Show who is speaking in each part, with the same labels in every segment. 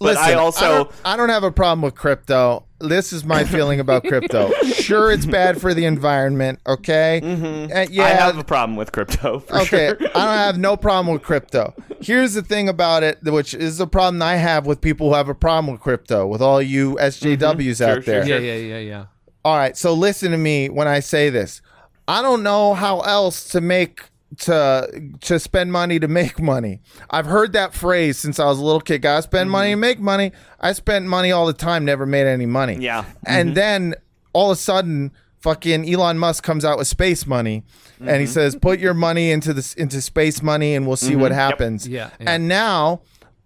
Speaker 1: But I also
Speaker 2: I don't, I don't have a problem with crypto. This is my feeling about crypto. sure, it's bad for the environment. Okay, Uh, yeah.
Speaker 1: Mm-hmm. I have a problem with crypto. For
Speaker 2: okay,
Speaker 1: sure.
Speaker 2: I don't have no problem with crypto. Here's the thing about it, which is the problem I have with people who have a problem with crypto. With all you SJWs out
Speaker 1: Mm-hmm. sure,
Speaker 2: there.
Speaker 1: sure.
Speaker 3: Yeah, yeah, yeah, yeah.
Speaker 2: All right, so listen to me when I say this. I don't know how else to make to to spend money to make money. I've heard that phrase since I was a little kid. I spend money to make money. I spent money all the time, never made any money.
Speaker 1: Yeah.
Speaker 3: Mm-hmm.
Speaker 2: And then all of a sudden, fucking Elon Musk comes out with space money, and he
Speaker 3: Mm-hmm.
Speaker 2: says, "Put your money into this into space money, and we'll see what happens."
Speaker 3: Mm-hmm. Yeah, yeah.
Speaker 2: And now,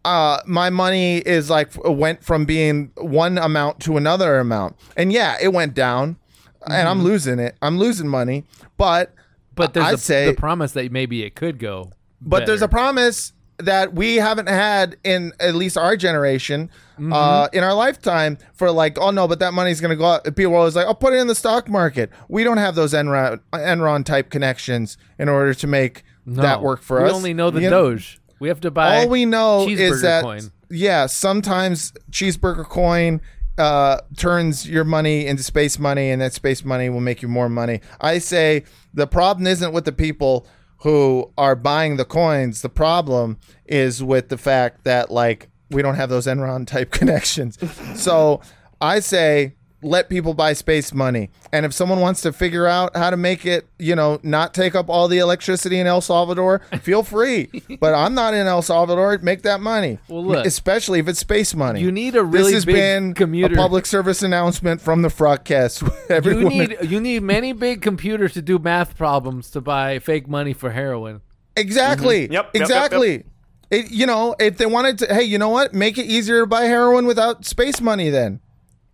Speaker 2: uh, my money is like f- went from being one amount to another amount, and yeah, it went down, and I'm losing it. I'm losing money, but
Speaker 3: Mm-hmm. But there's
Speaker 2: I'd
Speaker 3: a,
Speaker 2: say-
Speaker 3: the promise that maybe it could go.
Speaker 2: but there's a
Speaker 3: better.
Speaker 2: promise that we haven't had in at least our generation
Speaker 3: Mm-hmm.
Speaker 2: uh, in our lifetime for like oh no but that money's going to go out people are always like oh put it in the stock market we don't have those enron enron type connections in order to make
Speaker 3: No.
Speaker 2: that work for
Speaker 3: we
Speaker 2: us
Speaker 3: We only know the
Speaker 2: You
Speaker 3: Doge. We have to buy.
Speaker 2: all we know is
Speaker 3: cheeseburger
Speaker 2: that
Speaker 3: coin.
Speaker 2: yeah, sometimes cheeseburger coin uh, turns your money into space money, and that space money will make you more money. I say the problem isn't with the people who are buying the coins. The problem is with the fact that like we don't have those Enron type connections. so I say let people buy space money. And if someone wants to figure out how to make it, you know, not take up all the electricity in El Salvador, feel free. but I'm not in El Salvador. Make that money.
Speaker 3: Well, look.
Speaker 2: especially if it's space money.
Speaker 3: You need a really
Speaker 2: This has
Speaker 3: big
Speaker 2: been
Speaker 3: commuter.
Speaker 2: a public service announcement from the Frogcast.
Speaker 3: You
Speaker 2: Everyone,
Speaker 3: need you need many big computers to do math problems to buy fake money for heroin.
Speaker 2: exactly,
Speaker 1: Mm-hmm. Yep, yep, yep,
Speaker 2: exactly. It, you know, if they wanted to, hey, you know what? Make it easier to buy heroin without space money. Then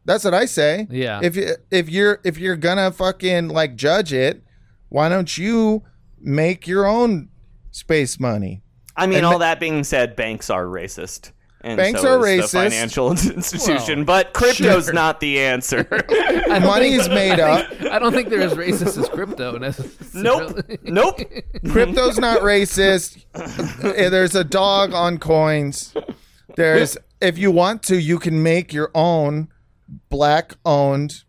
Speaker 2: that's what I say.
Speaker 3: Yeah.
Speaker 2: If you if you're if you're gonna fucking like judge it, why don't you make your own space money?
Speaker 1: I mean,
Speaker 2: And
Speaker 1: all
Speaker 2: ma-
Speaker 1: that being said, banks are racist. And
Speaker 2: Banks
Speaker 1: so
Speaker 2: are
Speaker 1: is The
Speaker 2: racist.
Speaker 1: financial institution, but crypto's
Speaker 2: sure.
Speaker 1: not the answer.
Speaker 3: I don't
Speaker 2: Money
Speaker 3: think-
Speaker 2: is made up.
Speaker 3: I don't think they're as racist as crypto. necessarily.
Speaker 1: nope. Nope.
Speaker 2: Crypto's not racist. Uh, There's a dog on coins. There's if you want to, you can make your own black owned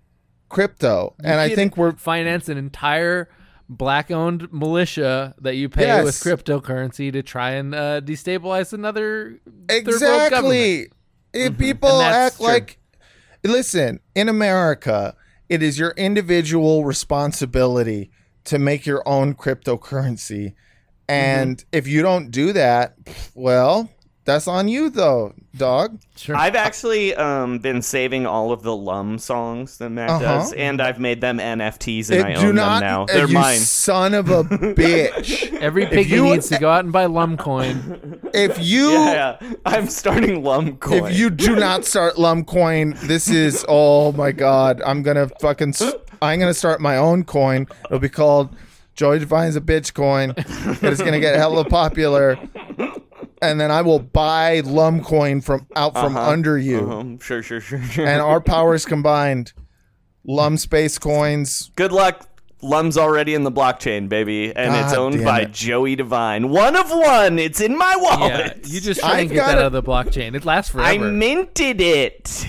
Speaker 2: crypto. And I
Speaker 3: You
Speaker 2: think
Speaker 3: can
Speaker 2: we're
Speaker 3: finance an entire black-owned militia that you pay with
Speaker 2: Yes.
Speaker 3: cryptocurrency to try and uh, destabilize another third world government.
Speaker 2: exactly if people
Speaker 3: Mm-hmm. And that's
Speaker 2: act
Speaker 3: true.
Speaker 2: like listen, in America, it is your individual responsibility to make your own
Speaker 3: Mm-hmm.
Speaker 2: cryptocurrency. And if you don't do that, well, that's on you though, dog.
Speaker 3: Sure.
Speaker 1: I've actually um, been saving all of the Lum songs that Matt
Speaker 2: Uh-huh.
Speaker 1: does, and I've made them NFTs, and
Speaker 2: Uh,
Speaker 1: I own them now.
Speaker 2: uh,
Speaker 1: They're
Speaker 2: you
Speaker 1: mine.
Speaker 2: Son of a bitch.
Speaker 3: Every piggy
Speaker 2: you-
Speaker 3: needs to go out and buy Lumcoin.
Speaker 2: if you
Speaker 1: yeah, yeah. I'm starting Lum coin.
Speaker 2: if you do not start Lumcoin, this is oh my god. I'm gonna fucking s- I'm gonna start my own coin. It'll be called Joey Devine's a bitch coin. It is gonna get hella popular. And then I will buy Lumcoin from out from under you.
Speaker 1: Um, sure, sure, sure, sure.
Speaker 2: And our powers combined. Lum space coins.
Speaker 1: Good luck. Lum's already in the blockchain, baby, and it's
Speaker 2: God
Speaker 1: owned
Speaker 2: damn
Speaker 1: by
Speaker 2: it.
Speaker 1: Joey Devine. One of one. It's in my wallet.
Speaker 3: Yeah, you just try
Speaker 2: I've
Speaker 3: and get that
Speaker 2: gotta-
Speaker 3: out of the blockchain. It lasts forever.
Speaker 1: I minted it.